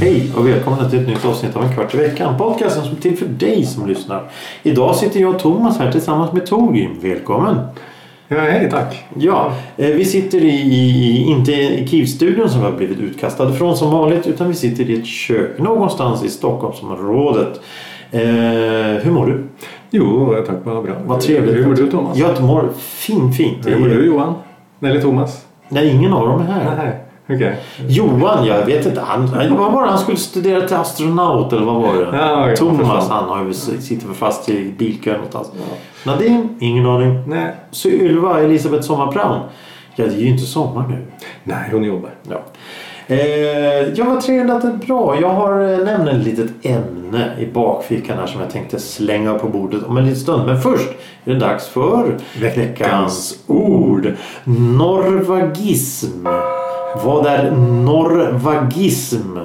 Hej och välkomna till ett nytt avsnitt av En kvart i veckan. Podcasten som är till för dig som lyssnar. Idag sitter jag och Thomas här tillsammans med Torgrim. Välkommen! Ja, hej, tack. Ja, eh, vi sitter i, i inte i Kivstudion som vi har blivit utkastade från som vanligt utan vi sitter i ett kök någonstans i Stockholmsområdet. Eh, hur mår du? Jo, tack. Vad bra. Vad trevligt. Hur mår du, Thomas? Jag mår fin, fint. Hur mår du, Johan? Eller Thomas? Nej, ingen av dem är här. Nej, okej. Jovan, jag vet inte. Han, han- vad var det? Han skulle studera till astronaut eller vad var det? Ja, ja, Thomas, förstås. han har ju, sitter väl fast i bilkön någonstans. Nadine, ingen aning. Nej. Så Ylva, Elisabeth Sommarplan. Ja, det är ju inte sommar nu. Nej, hon jobbar. Ja. Eh, ja, vad trevligt att det är bra. Jag har eh, nämligen ett litet ämne i bakfickan här som jag tänkte slänga på bordet om en liten stund. Men först är det dags för Veckans ord. Norvagism. Vad är norvagism?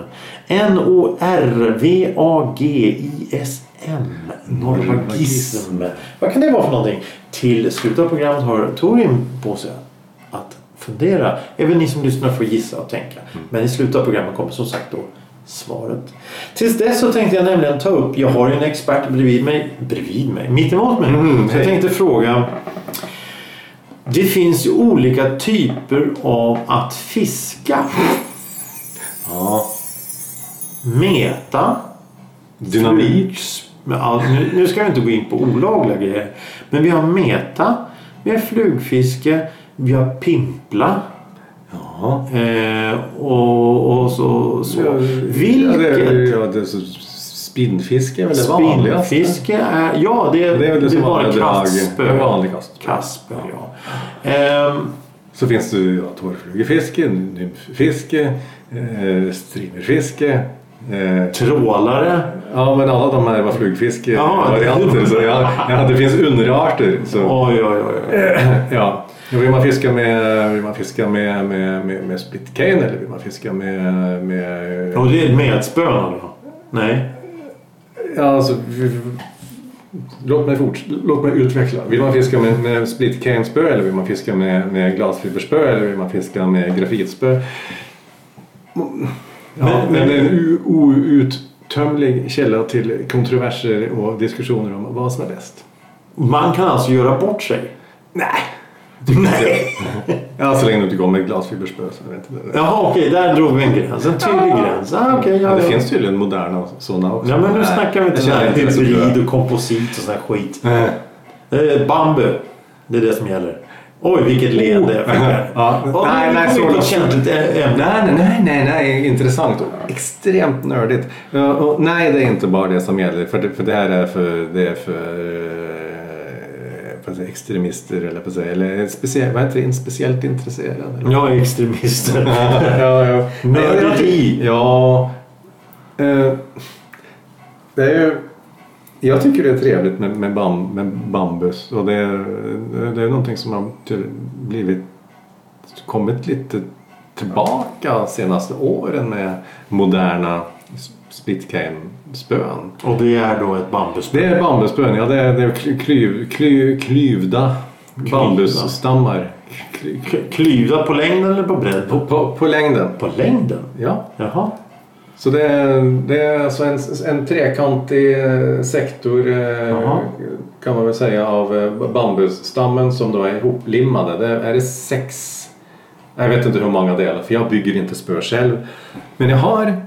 N-O-R-V-A-G-I-S-M. Norvagism. Vad kan det vara för någonting? Till slutet av programmet har Torin på sig att fundera. Även ni som lyssnar får gissa och tänka. Mm. Men i slutet av programmet kommer som sagt då svaret. Tills dess så tänkte jag nämligen ta upp, jag har ju en expert bredvid mig, bredvid mig, mitt emot mig. Mm, så jag hej. tänkte fråga det finns ju olika typer av att fiska. Ja. Meta. Dynamit. Men, ja, nu, nu ska vi inte gå in på olagliga grejer. Men vi har meta. Vi har flugfiske. Vi har pimpla. Ja. Eh, och, och så. Ja, så. Ja, det, är- Vilket ja, det är så, spinnfiske är väl det vanligaste? spinnfiske är... Ja, det, Det är väl det som var vanliga drag. Kasper. Det vanligaste. Kasper, ja. Ehm, Så finns det ju, ja, tårflugefiske, nymffiske, eh, streamerfiske. Eh, trålare. ja, men alla de här var flugfiskevarianter. Ja. Så ja, ja, det finns underarter. Så. Oj, oj, oj. oj. Ja, men vill man fiska med, vill man fiska med, med, med, med split cane eller vill man fiska med... med Och det är metspöna då? Nej. ja, alltså, vi- vi- låt, mig fort, låt mig utveckla. Vill man fiska med, med split cane-spö eller vill man fiska med, med glasfiberspö eller vill man fiska med grafitspö? Ja, Men- men, men- det är en u- outtömlig källa till kontroverser och diskussioner om vad som är bäst. Man kan alltså göra bort sig? Nej! Nej. Ja, så länge du inte går med glasfiberspö så är det inte det. Jaha, okej, där drog vi en gräns. En tydlig gräns. Ah, okej, ja, Ja, det ja. finns tydligen moderna sådana också. Ja, men nu Nej, snackar vi inte jag sån känner här det så bra. hybrid och komposit och sån här skit. Nej. Eh, bambu. Det är det som gäller. Oj, vilket leende jag fick här. Ja. Oj, Nej, nu nej, kom så vi på ett långt. känsligt ä- ämne. Nej, nej, nej, nej, nej, intressant och extremt nördigt. Ja, och nej, det är inte bara det som gäller, för det, för det här är för, det är för eh, för att säga, extremister eller på att säga, eller speciellt, vad heter det, speciellt intresserade. eller? Jag är extremist. ja, ja. Nörderi. Ja. Eh, det är ju... Jag tycker det är trevligt med, med, bam, med bambus. Och det är, det är någonting som har ty- blivit, kommit lite tillbaka senaste åren med moderna s- splitcane-spön. Och det är då ett Det bambuspö. är bambuspön, ja. Det är, det är kly- klyv, kly- klyvda bambusstammar. Kly, K- Klyvda på längden eller på bredd? På, på, på, på längden. på längden? Ja. Jaha. Så det är, det är alltså en, en trekantig eh, sektor eh, Jaha. kan man väl säga av eh, bambusstammen som då är ihoplimmade. Det är det sex, jag vet inte hur många delar för jag bygger inte spö själv. Men jag har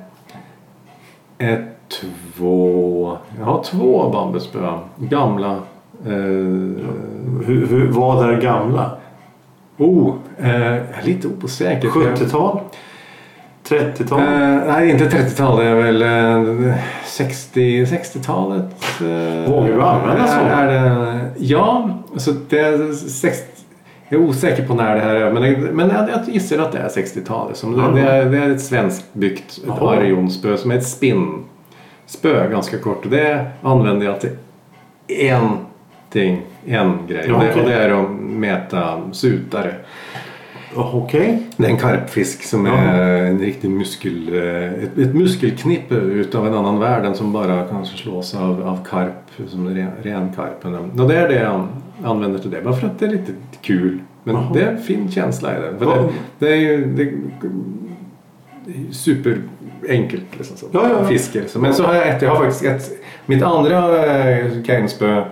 ett, två, jag har två bambuspön, gamla. Eh, Hur, hur, vad är gamla? oh, eh, jag är lite osäker. för jag- 70-tal? 30-tal? Eh, nej, inte 30-tal. Det är väl eh, 60, 60-talet. eh, Vågar du använda så? Är, är det, ja, så det är 60, jag är osäker på när det här är. Men, det, men jag, jag gissar att det är 60-talet. Som det, det, är, det är ett svenskbyggt ett Jaha. arionspö som är ett spinnspö ganska kort. Och det använder jag till en ting, en grej. Ja, Och det, okej. och det är att mäta sutare. Okej. Det är en karpfisk som är en riktig muskel, eh, ett, ett muskelknippe utav en annan värld än som bara kanske slås av, av karp, som ren, ren karp. Men, och det är det jag använder till det, bara för att det är lite kul. Men Jaha. det är en fin känsla i det. För Ja. det, det är ju det, det är ju superenkelt liksom. Så. Ja, ja, ja. Fiske. Så, men så har jag ett, jag har faktiskt ett, mitt andra eh, kaienspö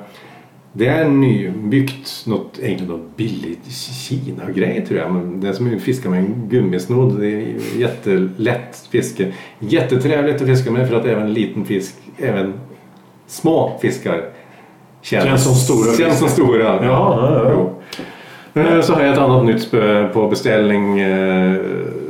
det är nybyggt, något enkelt och billigt Kina-grej tror jag. Men det som är fiskar med en gummisnodd, det är ju jättelätt fiske. Jättetrevligt att fiska med för att även liten fisk, även små fiskar känns, Känns som stora Känns som fiskar. stora. Ja, ja, ja. Jo. Eh, Så har jag ett annat nytt spö på beställning eh,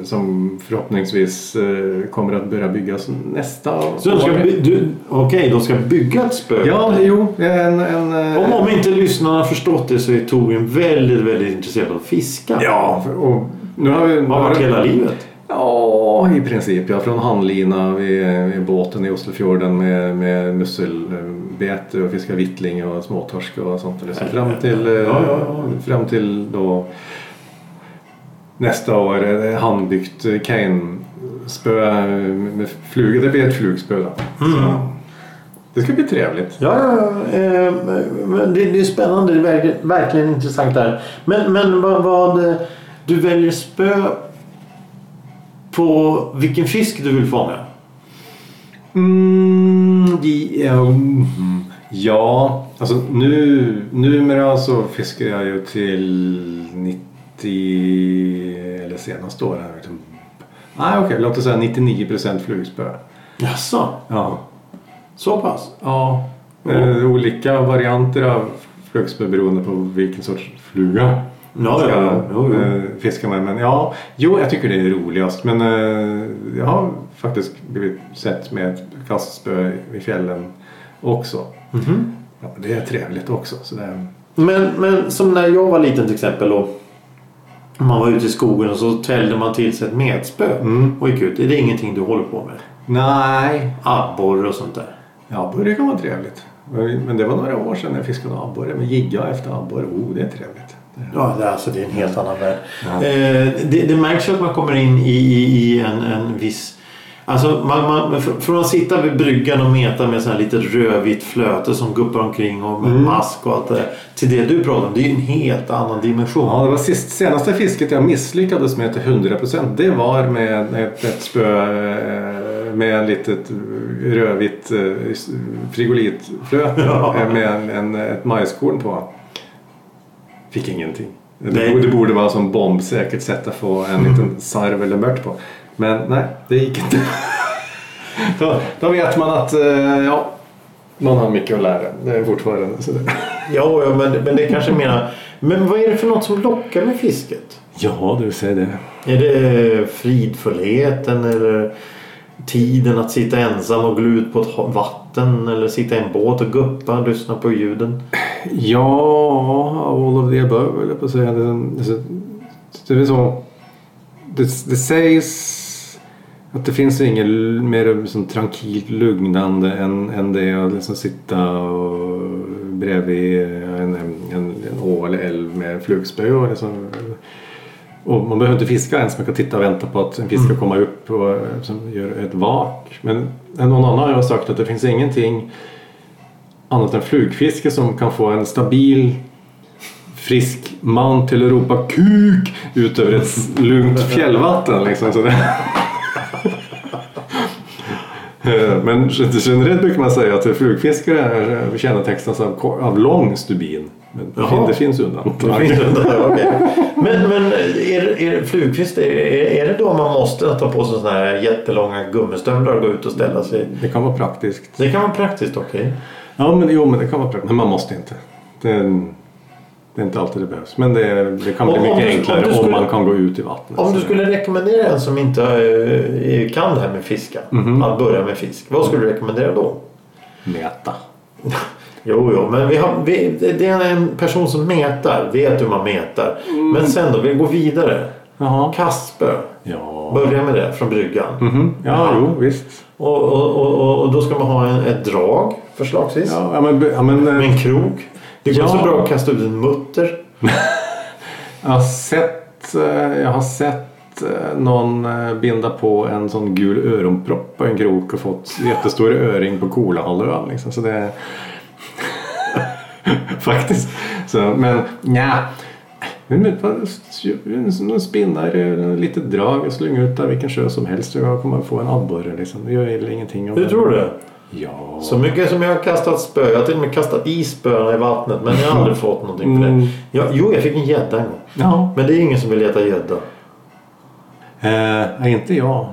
som förhoppningsvis eh, kommer att börja byggas nästa Så du ska by- du- Okej, de ska bygga ett spö. Ja, jo. En, en, eh, Om, om inte lyssnarna har förstått det så är Torbjörn väldigt, väldigt intresserad av att fiska. Ja, för- och nu har vi... Har varit hela livet. Ja, i princip. Ja, från handlina vid, vid båten i Oslofjorden med, med musselbete och fiska vittling och småtorsk och sånt. där. Så fram till, eh, Ja, ja, ja. Fram till då nästa år eh, handbyggt eh, kainspö med med fluga. Det blir ett flugspö då. Mm. Så, det ska bli trevligt. Ja, ja, ja. Eh, men det, det är spännande. Det är verkligen, verkligen intressant där. Men, men vad, vad... Du väljer spö på vilken fisk du vill fånga. Mm, ja, mm, ja, alltså nu, numera så fiskar jag ju till 90 eller senaste åren. Liksom. Nej okej, låt oss säga 99% flugspö. Jaså? Ja. Så pass? ja. Eh, olika varianter av flugspö beroende på vilken sorts fluga Ja, ska ja. Jo, jo. eh, fiska med. Men ja, jo jag tycker det är roligast. Men eh, jag har faktiskt blivit sett med ett kastspö i fjällen också. Mhm. Ja, det är trevligt också. Så det, Men, men som när jag var liten till exempel och man var ute i skogen och så täljde man till sig ett metspö Mm. och gick ut. Är det ingenting du håller på med? nej, Abborre och sånt där? ja, det kan vara trevligt. Men det var några år sedan jag fiskade abborre. Men jigga efter abborre, oh det är trevligt. Ja, det, alltså, det är en helt annan värld. Eh, det, det märks ju att man kommer in i, i, i en, en viss... Alltså, man, man, fr- från att sitta vid bryggan och meta med så här lite rödvitt flöte som guppar omkring och med mask och allt det där, Till det du pratar om, det är ju en helt annan dimension. Ja, det var sist, senaste fisket jag misslyckades med till 100% det var med ett, ett spö eh, med ett litet rödvitt eh, s- frigolitflöte Ja. eh, med en, en, ett majskorn på. Fick ingenting. Det Nej. borde, det borde vara som bombsäkert sätt att få en liten sarv eller mört på. Men nej, det gick inte. då, då vet man att eh, ja, någon har mycket att lära. Det är fortfarande sådär. Ja, ja men, men det kanske menar... Men vad är det för något som lockar med fisket? Ja, du säger det. Är det fridfullheten eller tiden att sitta ensam och glo ut på ett ha- vatten eller sitta i en båt och guppa och lyssna på ljuden? Ja, all of the above eller på att säga. Det, alltså, det, är så, det, det sägs att det finns inget l- mer liksom, trankilt lugnande än, än det att liksom sitta och, bredvid en, en, en, en å eller älv med flugspö. Och liksom, och man behöver inte fiska ens, man kan titta och vänta på att en fisk ska Mm. komma upp och eh, som gör ett vak. Men någon annan har sagt att det finns ingenting annat än flugfiske som kan få en stabil frisk man till att ropa kuk ut över ett s- lugnt fjällvatten. Liksom, så det... Eh, Men gen- generellt brukar man säga att flugfiskare är- eh, kännetecknas av, ko- av lång stubin. Men det Jaha. fin- det finns Det undantag. finns undantag, okej. Men, men är, är flugfisk, är, är det då man måste ta på sig sådana här jättelånga gummistövlar och gå ut och ställa sig? Det kan vara praktiskt. Det kan vara praktiskt, okej. Ja, men, jo, men det kan vara praktiskt. Men man måste inte. Det är, det är inte alltid det behövs. Men det, det kan bli Om- om mycket du- om enklare du om skulle- man kan gå ut i vattnet. Om du Så- skulle rekommendera en som inte eh, kan det här med fiska att börja med fisk, vad skulle du rekommendera då? Mäta. Jo, jo, men vi har, vi, det är en person som mätar, vet hur man mätar. Men sen då, vi går vidare. Jaha. Kastspö, Ja. börja med det från bryggan. Ja, jo, visst. Och, och, och- och, och då ska man ha en, ett drag förslagsvis. Ja, ja, men, ja, men, Med eh, en krok. Det går Ja. så bra att kasta ut en mutter. jag har sett sett, eh, jag har sett eh, någon eh, binda på en sån gul öronpropp på en krok och fått jättestor öring på Kolahalvön. Liksom. Så det... Faktiskt. Så, men nja. Men med ett par- Någon spinnar, lite drag och släng ut där vilken sjö som helst. Jag kommer få en abborre liksom. Det gör väl ingenting. Om Hur tror du? Ja. Så mycket som jag har kastat spö. Jag har till och med kastat i spöna i vattnet. Men jag har aldrig fått någonting för Mm. det. Jag, jo, jag fick en gädda en gång. ja. Men det är ingen som vill leta gädda. Eh, inte jag.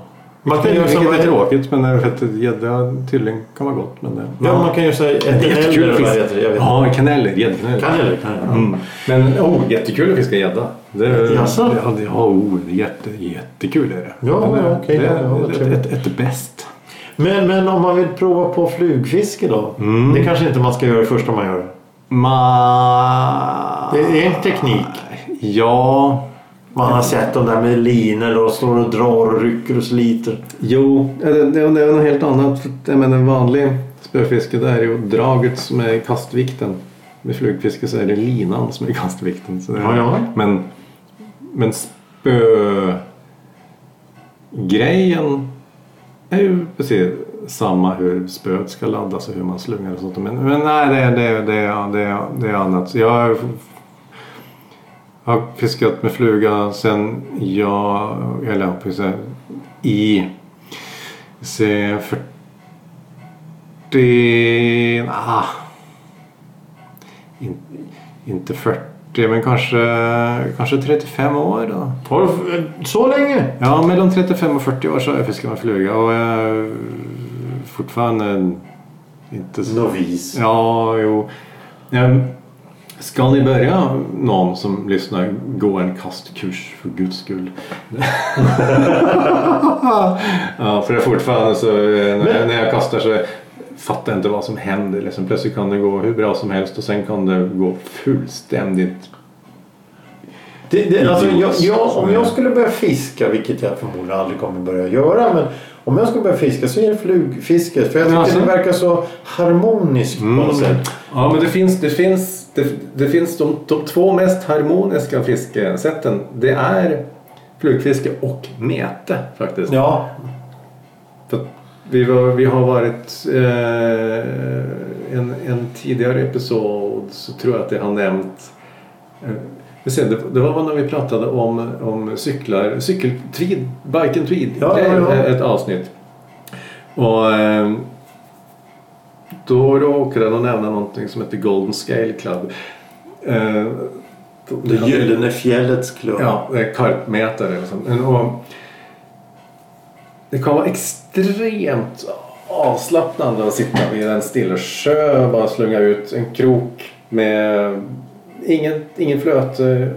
Man kan det, göra vilket som är en- tråkigt men det är för att gädda tydligen kan vara gott. Men det, Ja, man kan ju säga ett det är eller jättekul eller att vad det fiska. heter. Jag vet inte. Ja, kaneller. Gäddkaneller. Kan eller kan jag? Mm. Men oh, jättekul att fiska gädda. Det- Jaså? Ja, det, ja, oh, det är jätte, jättekul är det. Ja, Men det- ja, okej, det ja, ja, vad är ett, trevligt. ett, ett bäst. Men, men om man vill prova på flugfiske då? Det kanske inte man ska göra det första man gör. Ma... Det är en teknik. Ja. Man har sett de där med linor och står och drar och rycker och sliter. Jo, det, det, det är något helt annat. För att, Jag menar vanlig spöfiske det är ju draget som är kastvikten. Med flugfiske så är det linan som är kastvikten. Så det, Ja, ja. Men, men spögrejen är ju precis samma hur spöet ska laddas och hur man slungar och sånt. Men, men nej, det, är- det, är- det, är- det, är- det är annat. Jag har jag har fiskat med fluga sen jag, eller jag får säga, i se 40, ah, in, inte 40 men kanske, kanske 35 år då. Har du f- eh, så länge? Ja, mellan 35 och 40 år så har jag fiskat med fluga och jag är fortfarande inte så... Novis. Ja, jo. Ja, Ska ni börja, någon som lyssnar, gå en kastkurs för guds skull? ja, för det är fortfarande så, eh, när jag, när jag kastar så fattar jag inte vad som händer. Liksom. Plötsligt kan det gå hur bra som helst och sen kan det gå fullständigt... Det, det, alltså, jag, jag, om Ja. jag skulle börja fiska, vilket jag förmodligen aldrig kommer börja göra, men om jag skulle börja fiska så är det flugfiske. För jag tycker Men alltså- det verkar så harmoniskt på något sätt. Mm. Ja, men det finns, det finns, det, det finns de, de två mest harmoniska fiskesätten. Det är flugfiske och mete faktiskt. Ja, För att vi, var, vi har varit eh, en, en tidigare episod så tror jag att det har nämnt eh, vi ser, det, det var när vi pratade om, om cyklar, cykeltvid, bike and tweed, Ja, det är ja, ja. ett avsnitt. Och eh, då råkade han nämna någonting som heter Golden Scale Club. Eh, det gyllene fjällets klubb. Ja, det är karpmätare. Liksom. Men, Och det kan vara extremt avslappnande att sitta vid en stilla sjö och bara slunga ut en krok med ingen, ingen flöte,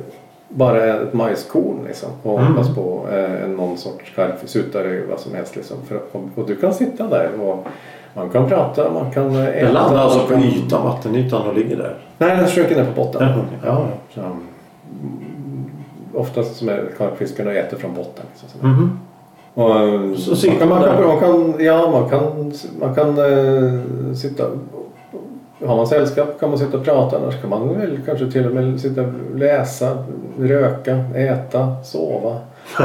bara ett majskorn liksom, och Mm. hoppas på eh, någon sorts karp, sutare, vad som helst. Liksom. För, och, och du kan sitta där och man kan prata, man kan eh, äta. Jag landar alltså man på kan- ytan, vattenytan och ligger där. Nej, den sjönk ner på botten. Ja, ja. Så, mm, oftast som är karpfiskarna äter från botten. Liksom, sådär. Mhm. Och, eh, Så sitter man, kan, man, där. kan, man kan, ja, man kan, man kan eh, sitta... Har man sällskap kan man sitta och prata annars kan man väl kanske till och med sitta och läsa, röka, äta, sova.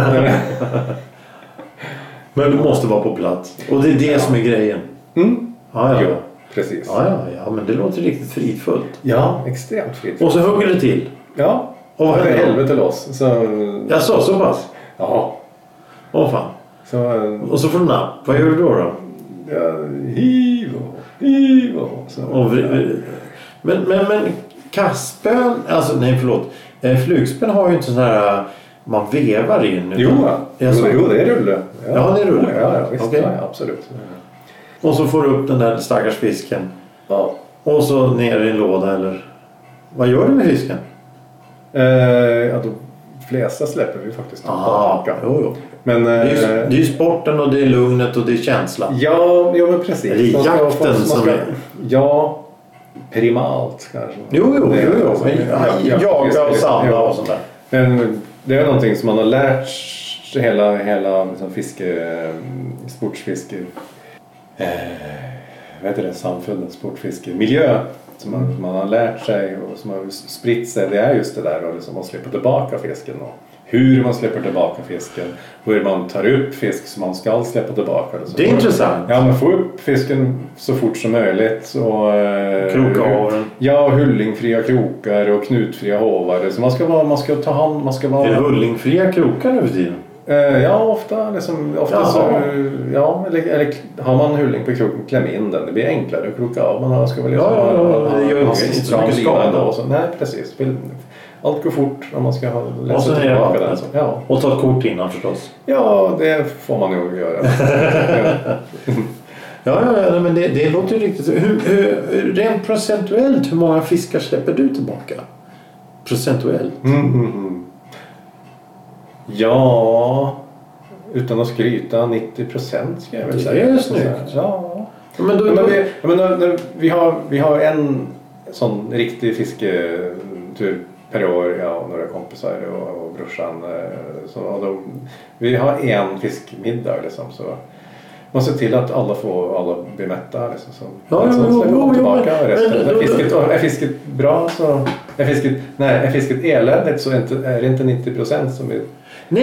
Men du måste vara på plats. Och det är det som är grejen. Mm. Ja, Jo, ja. precis. Ja, ja, ja, men det låter riktigt fridfullt. Ja, extremt fritt. Och så hugger det till. Ja, Och vad det är händer då? helvete loss. Så, Jag sa så pass? ja. Åh fan. Så, eh, Och så får du napp. Vad gör du då? då? Ja, hiv och hiv och så. Och vri- vri- men, men, men kastspön, alltså nej förlåt. Eh, Flugspön har ju inte sån här eh, man vevar in. utan- Jo, ja. Ja, jo, så. jo, det är rulle. Ja, det är rulle. Ja, ja, visst, Okej. Mm. ja, ja, absolut. Och så får du upp den där stackars fisken. Ja. Och så ner i en låda eller... Vad gör du med fisken? Eh, ja, de flesta släpper vi faktiskt tillbaka. jo, jo. Men, Det är, ju, eh, det är ju sporten och det är lugnet och det är känslan. ja, ja, men precis. Det är Man ska- jakten man ska- som är- Ja, primalt kanske. Jo, jo, Det är- jo. jo. alltså, ja, ja, visst, Jaga och visst. samla Ja. och sånt där. Men det är någonting som man har lärt sig hela, hela liksom fiske, eh, sportfiske, eh, vad heter det, samfundet, sportfiske, miljö som man, Mm. som man har lärt sig och som har spritt sig. Det är just det där att liksom, att släppa tillbaka fisken och hur man släpper tillbaka fisken, hur man tar upp fisk som man ska släppa tillbaka. och så Det är får- intressant. Ja, men få upp fisken så fort som möjligt. Och, eh, Kroka av den. Ja, hullingfria krokar och knutfria håvare. Så man ska, vara, man ska ta hand, man ska vara... Är det hullingfria krokar nu för tiden? Eh, ja, ofta. Liksom, ofta Jaha. så, ja, eller, eller har man hulling på kroken, kläm in den. Det blir enklare att kroka av. Man har- ska väl liksom, Ja, ja, ja, det ha- gör ha- inte så stram mycket lina skada. ändå och så. Nej, precis. Vill- Allt går fort om man ska ha, Och så läsa ner i tillbaka vattnet. den. Så, ja. Och ta ett kort innan förstås. ja, det får man nog göra. Ja, ja, ja nej, men det, det låter ju riktigt. Hur, hur, rent procentuellt, hur många fiskar släpper du tillbaka? Procentuellt? Mm, mm, mm. Ja, utan att skryta, 90 procent ska jag väl Det säga. är snyggt. Ja. Ja, Men då, Ja, Men då, vi, ja, men när, när vi, har, vi har en sån riktig fisketur per år, jag och några kompisar och, och brorsan. eh, Så, och då, vi har en fiskmiddag liksom. Så man ser till att alla får, alla blir mätta. Liksom, så. Ja, ja, så jo, släpper man jo, jo, tillbaka men- resten. men- är, fisket, är fisket bra så... Är fisket, nej, är fisket eländigt så är, inte, är det inte 90 procent som är... nej,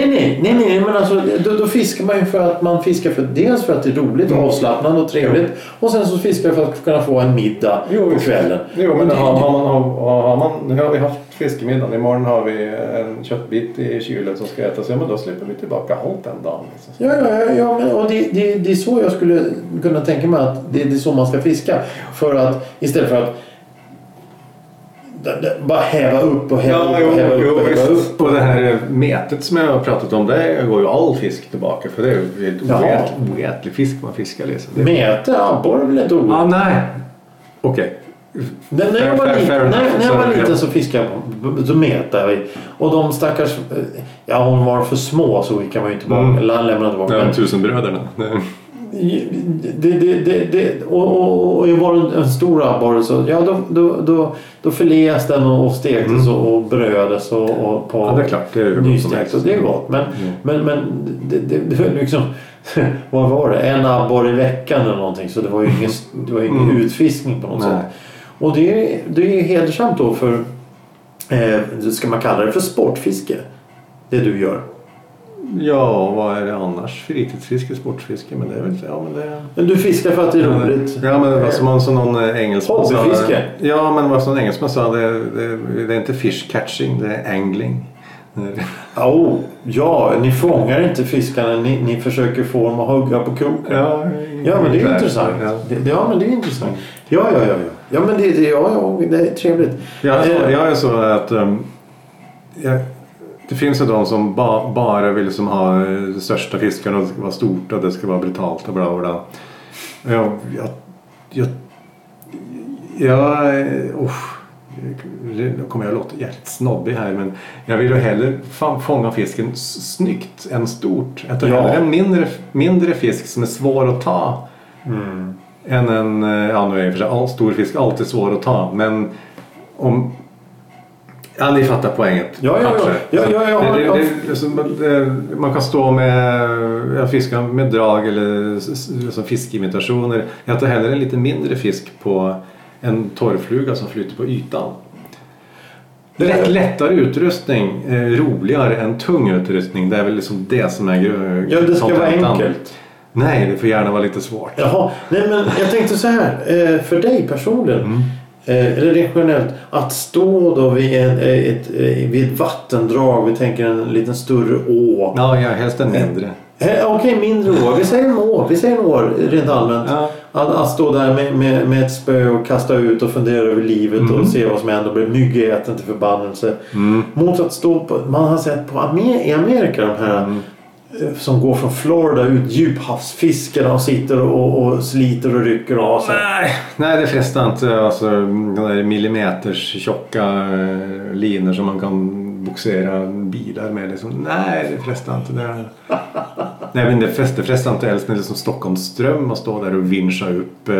nej, nej, nej, men alltså, då, då fiskar man ju för att man fiskar för dels för att det är roligt och avslappnande och trevligt och sen så fiskar man för att kunna få en middag på kvällen. Jo, men Och det- har, har, man, har, har man, nu har vi haft fiskemiddagen. Imorgon har vi en köttbit i kylen som ska ätas. Ja, men då släpper vi tillbaka allt den dagen. Liksom. Ja, ja, ja, ja men, och det, det, det är så jag skulle kunna tänka mig att det, det är så man ska fiska. För att istället för att d- d- bara häva upp och häva upp och häva upp och häva upp. Och det här metet som jag har pratat om, det går ju all fisk tillbaka för det är ju helt Jaha. oät- oätlig fisk man fiskar liksom. Det- Mäta abborre är väl inte oroligt? Ah, nej. Okej. När, när, jag Fair- var fair- liten, fair när, enough. när jag var Så- liten så fiskade jag, så metade vi. Och de stackars, eh, ja hon var för små så skickade man ju inte tillbaka, Mm. eller han lämnade tillbaka. Okay. Men Tusenbröderna. det, det, det, det, och, och, och var det en stor abborre så ja, då, då, då, då förleas den och och stektes och, och brödes och, och på Mm. Ja, det är klart. Det är hur gott som nystekt. helst. Mm. Och det är gott. Men, men, men det, det, det var liksom, vad var det? En abborre i veckan eller någonting. Så det var ju ingen, det var ju ingen utfiskning på något Mm. Nej. sätt. Och det, är- det är hedersamt då för, eh, ska man kalla det för sportfiske? Det du gör. Ja, vad är det annars? Fritidsfiske, sportfiske. Men det är väl... Ja, men det Men du fiskar för att det är roligt. Ja men vad som, som någon eh, engelsman sa. Hobbyfiske. Ja men vad som någon engelsman sa. Det, det, det är inte fish catching, det är angling. Ja, Oh, ja, ni fångar inte fiskarna. Ni, ni försöker få dem att hugga på kroken. Ja, Ja, men det är ungefär. intressant. Ja. Det, det- ja, men det är intressant. Ja, ja, ja. ja. Ja, men det, det, ja, ja, det är trevligt. Jag, Eh, jag, jag är så att ehm, jag, det finns ju de som ba, bara vill liksom ha eh, de största fiskarna och det ska vara stort och det ska vara brutalt och bla bla, bla. Och Jag, jag, jag, jag, eh, usch, nu kommer jag att låta jävligt snobbig här men jag vill ju hellre fa- fånga fisken s- snyggt än stort. Jag tar Ja. hellre en mindre, mindre fisk som är svår att ta Mm. än en, eh, ja nu är i och för sig all stor fisk alltid svår att ta men om Ja, ni fattar poänget. Ja, ja, ja. Kanske. Ja, ja, ja. Det, det, det, så man, det, man kan stå med ja, fiska med drag eller s- s- liksom fiskimitationer. Jag tar hellre en lite mindre fisk på en torrfluga som flyter på ytan. Lätt, lättare utrustning, eh, roligare än tung utrustning. Det är väl liksom det som är gr- Ja, det ska vara kontentan. enkelt. Nej, det får gärna vara lite svårt. Jaha, nej men jag tänkte så här. eh, För dig personligen, eh, eller rent generellt, att stå då vid, en, eh, ett, eh, vid ett vattendrag, vi tänker en liten större å. Ja, jag helst en mindre. Eh, Okej, mindre år. Vi säger en år. Vi säger en år eh, rent allmänt. Ja. Att, att stå där med, med, med ett spö och kasta ut och fundera över livet och se vad som händer och bli myggäten till förbannelse. Mot att stå på, man har sett på Amer- i Amerika de här eh, som går från Florida ut djuphavsfiskarna och sitter och, och sliter och rycker av sig. Nej, nej det frestar inte. Alltså, de där millimeters tjocka eh, linor som man kan boxera bilar med. Liksom. Nej, det frestar inte. Det... nej, men det frestar, det frestar inte helst när det är som Stockholmsström och stå där och vinscha upp. Eh,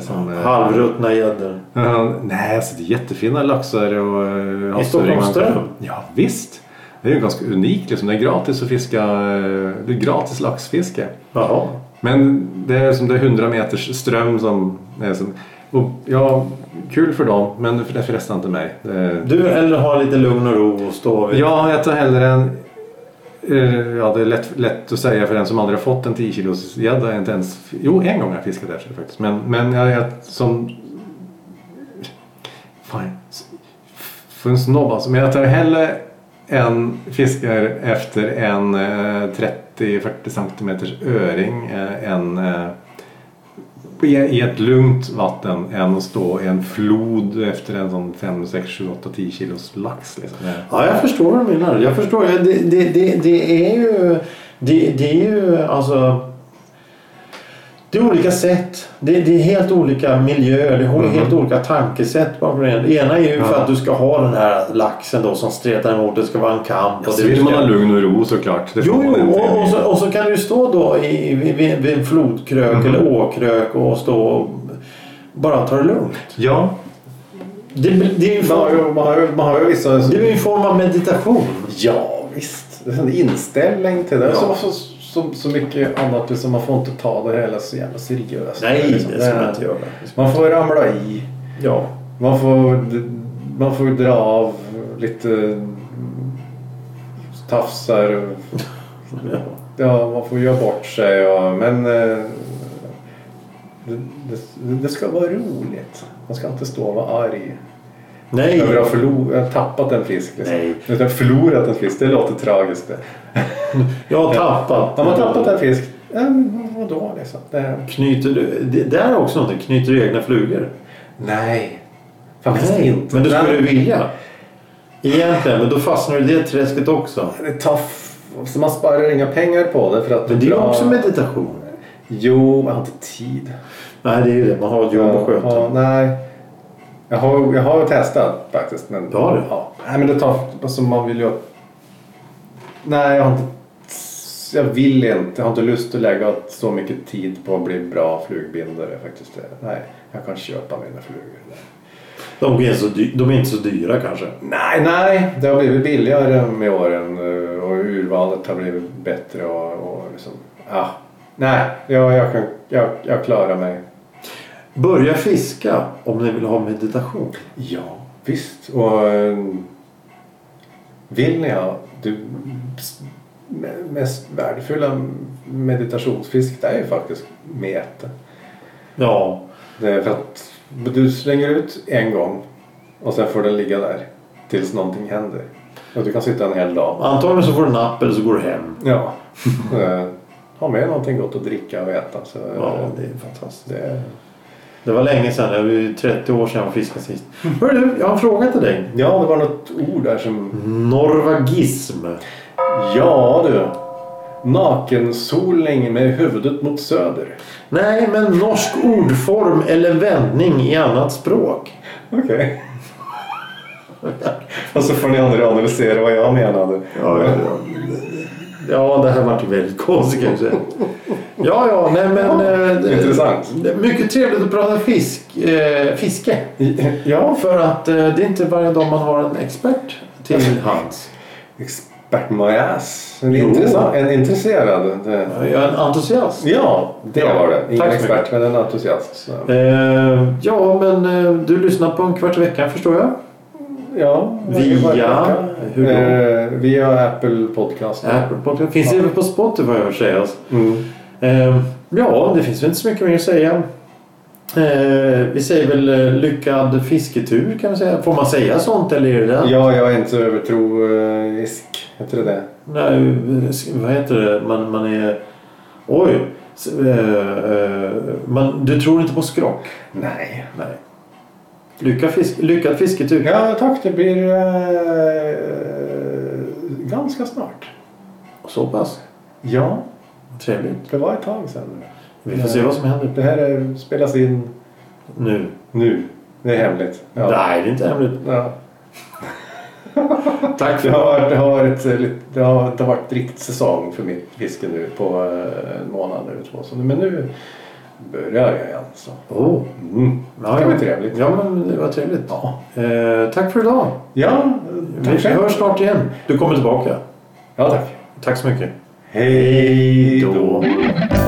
som, eh, Halvruttna gäddor. Ja, nej, alltså det är jättefina laxar och eh, havsöring. Stockholmsström? Ja, visst. Det är ju ganska unikt. Liksom. Det är gratis att fiska. eh, Det är gratis laxfiske. Jaha. Men det är som det är 100 meters ström som är som, Och, ja, kul för dem, men det frestar inte mig. Det- Du eller ha lite lugn och ro och stå vid... Ja, jag tar hellre en... eh, Ja, det är lätt, lätt att säga för den som aldrig har fått en 10 kilos gädda. jag inte ens- Jo, en gång har jag fiskat efter det faktiskt. Men, men jag, jag som... Fan, s- för en snobb alltså. Men jag tar hellre en fiskar efter en eh, 30-40 centimeters öring eh, än eh, i, i ett lugnt vatten än att stå i en flod efter en sån 5, 6, 7, 8, 10 kilos lax. Liksom. Ja, jag förstår vad du menar. Jag förstår. Det, det, det, det är ju... Det, det är ju alltså... Det är olika sätt. Det, det är helt olika miljöer. Det är helt olika tankesätt bakom det. Det ena är ju för Ja. att du ska ha den här laxen då som stretar emot. Det ska vara en kamp. Ja, och så det vill ska- man ha lugn och ro såklart. Det Jo, får man jo inte. och, och, så, och så kan du stå då i, vid, vid- vid en flodkrök eller åkrök och stå och bara ta det lugnt. Ja, Det, det är ju en Man har form, ju, man har ju, man har ju vissa... det är ju en form av meditation. Ja, visst. Det är en inställning till det. Ja. Så, så, så, så mycket annat. Liksom, man får inte ta det hela så jävla seriöst. Nej, Liksom, det ska man inte göra. Man får ramla i. Ja. Man får, man får dra av lite tafsar. och- Ja, man får göra bort sig. Och, men eh, det, det, det ska vara roligt. Man ska inte stå och vara arg. Nej. Över att ha förlo- jag har tappat en fisk. Liksom. Nej. Utan förlorat en fisk, det låter tragiskt. Det. Jag har tappat. Har man tappat en fisk, ja, men vadå liksom? Det, Knyter du, det där är också någonting. Knyter du egna flugor? nej, faktiskt inte. Men du Nej. skulle vilja. Egentligen, men då fastnar du i det träsket också. Det är tough. Så man sparar inga pengar på det för att Men det är ju dra- också meditation. Jo, men jag har inte tid. Nej, det är ju det. Man har ett jobb att sköta. Ja, nej. Jag har, jag har testat faktiskt. Men, Du har det? Ja. Nej, men det tar... Alltså, man vill ju... Nej, jag har inte... Jag vill inte. Jag har inte lust att lägga så mycket tid på att bli bra flugbindare faktiskt. Nej, jag kan köpa mina flugor. De är, så dy- de är inte så dyra kanske. Nej, nej. Det har blivit billigare med åren eh, och urvalet har blivit bättre och, och liksom... Ah. Nej, jag, jag, kan, jag, jag klarar mig. Börja fiska om ni vill ha meditation. Ja, visst. Och eh, vill ni ha du, s- me- mest värdefulla meditationsfisk det är ju faktiskt mete. Ja, Det är för att du slänger ut en gång och sen får den ligga där tills någonting händer. Och du kan sitta en hel dag. antagligen så får du napp eller så går du hem. Ja. Eh, ha med någonting gott att dricka och äta. Så, eh, Ja, det är fantastiskt. det är... Det var länge sedan. Det var ju 30 år sedan jag fiskade sist. Mm. Hörru du, jag har en fråga till dig. ja, det var något ord där som... Norvagism. Ja du. Nakensolning med huvudet mot söder. Nej, men norsk ordform eller vändning i annat språk. Okej. Och så får ni andra analysera vad jag menade. Ja, ja, ja. ja det här vart ju väldigt konstigt kanske. Ja, ja, nej men... eh, det- Intressant. det är Mycket trevligt att prata fisk, eh, fiske. Ja, Ja, för att eh, det är inte varje dag man har en expert till hands. expert my ass. En, Jo. intressant, en intresserad. Det- Jag är en entusiast. Ja, det Ja, var det. Ingen tack så expert, men en entusiast. Så. Eh, ja, men eh, du lyssnar på en kvart i veckan förstår jag. Ja, Via- hur då? eh, via Apple Podcast. Apple Podcast. Finns även på Spotify för sig. Alltså. Mm. Eh, ja, det finns väl inte så mycket mer att säga. Eh, vi säger väl eh, lyckad fisketur kan man säga. Får man säga sånt eller är det det? Ja, jag är inte övertroisk. Heter det det? Nej, eh, vad heter det? Man, man är... Oj! S- eh, eh, man, du tror inte på skrock? Nej. Nej. Lycka fisk, lyckad fisketur. Ja, tack. Det blir eh, ganska snart. Så pass. Ja, Trevligt. det var ett tag sedan. Vi får se vad som händer Det här är, spelas in nu. nu. Det är hemligt. Ja. Nej, det är inte hemligt. Ja. Tack för Det, har varit, det, har varit, eh, lite- det har inte varit riktigt säsong för mitt fiske nu på eh, en månad eller två. Så, men nu börjar jag igen. Så. Oh. Mm. Ja, Det ja. var trevligt. Ja, men det var trevligt. Ja, Eh, tack för idag. ja eh, Vi tack själv. hörs snart igen. Du kommer tillbaka. Ja, tack. Tack så mycket. Hej då. då.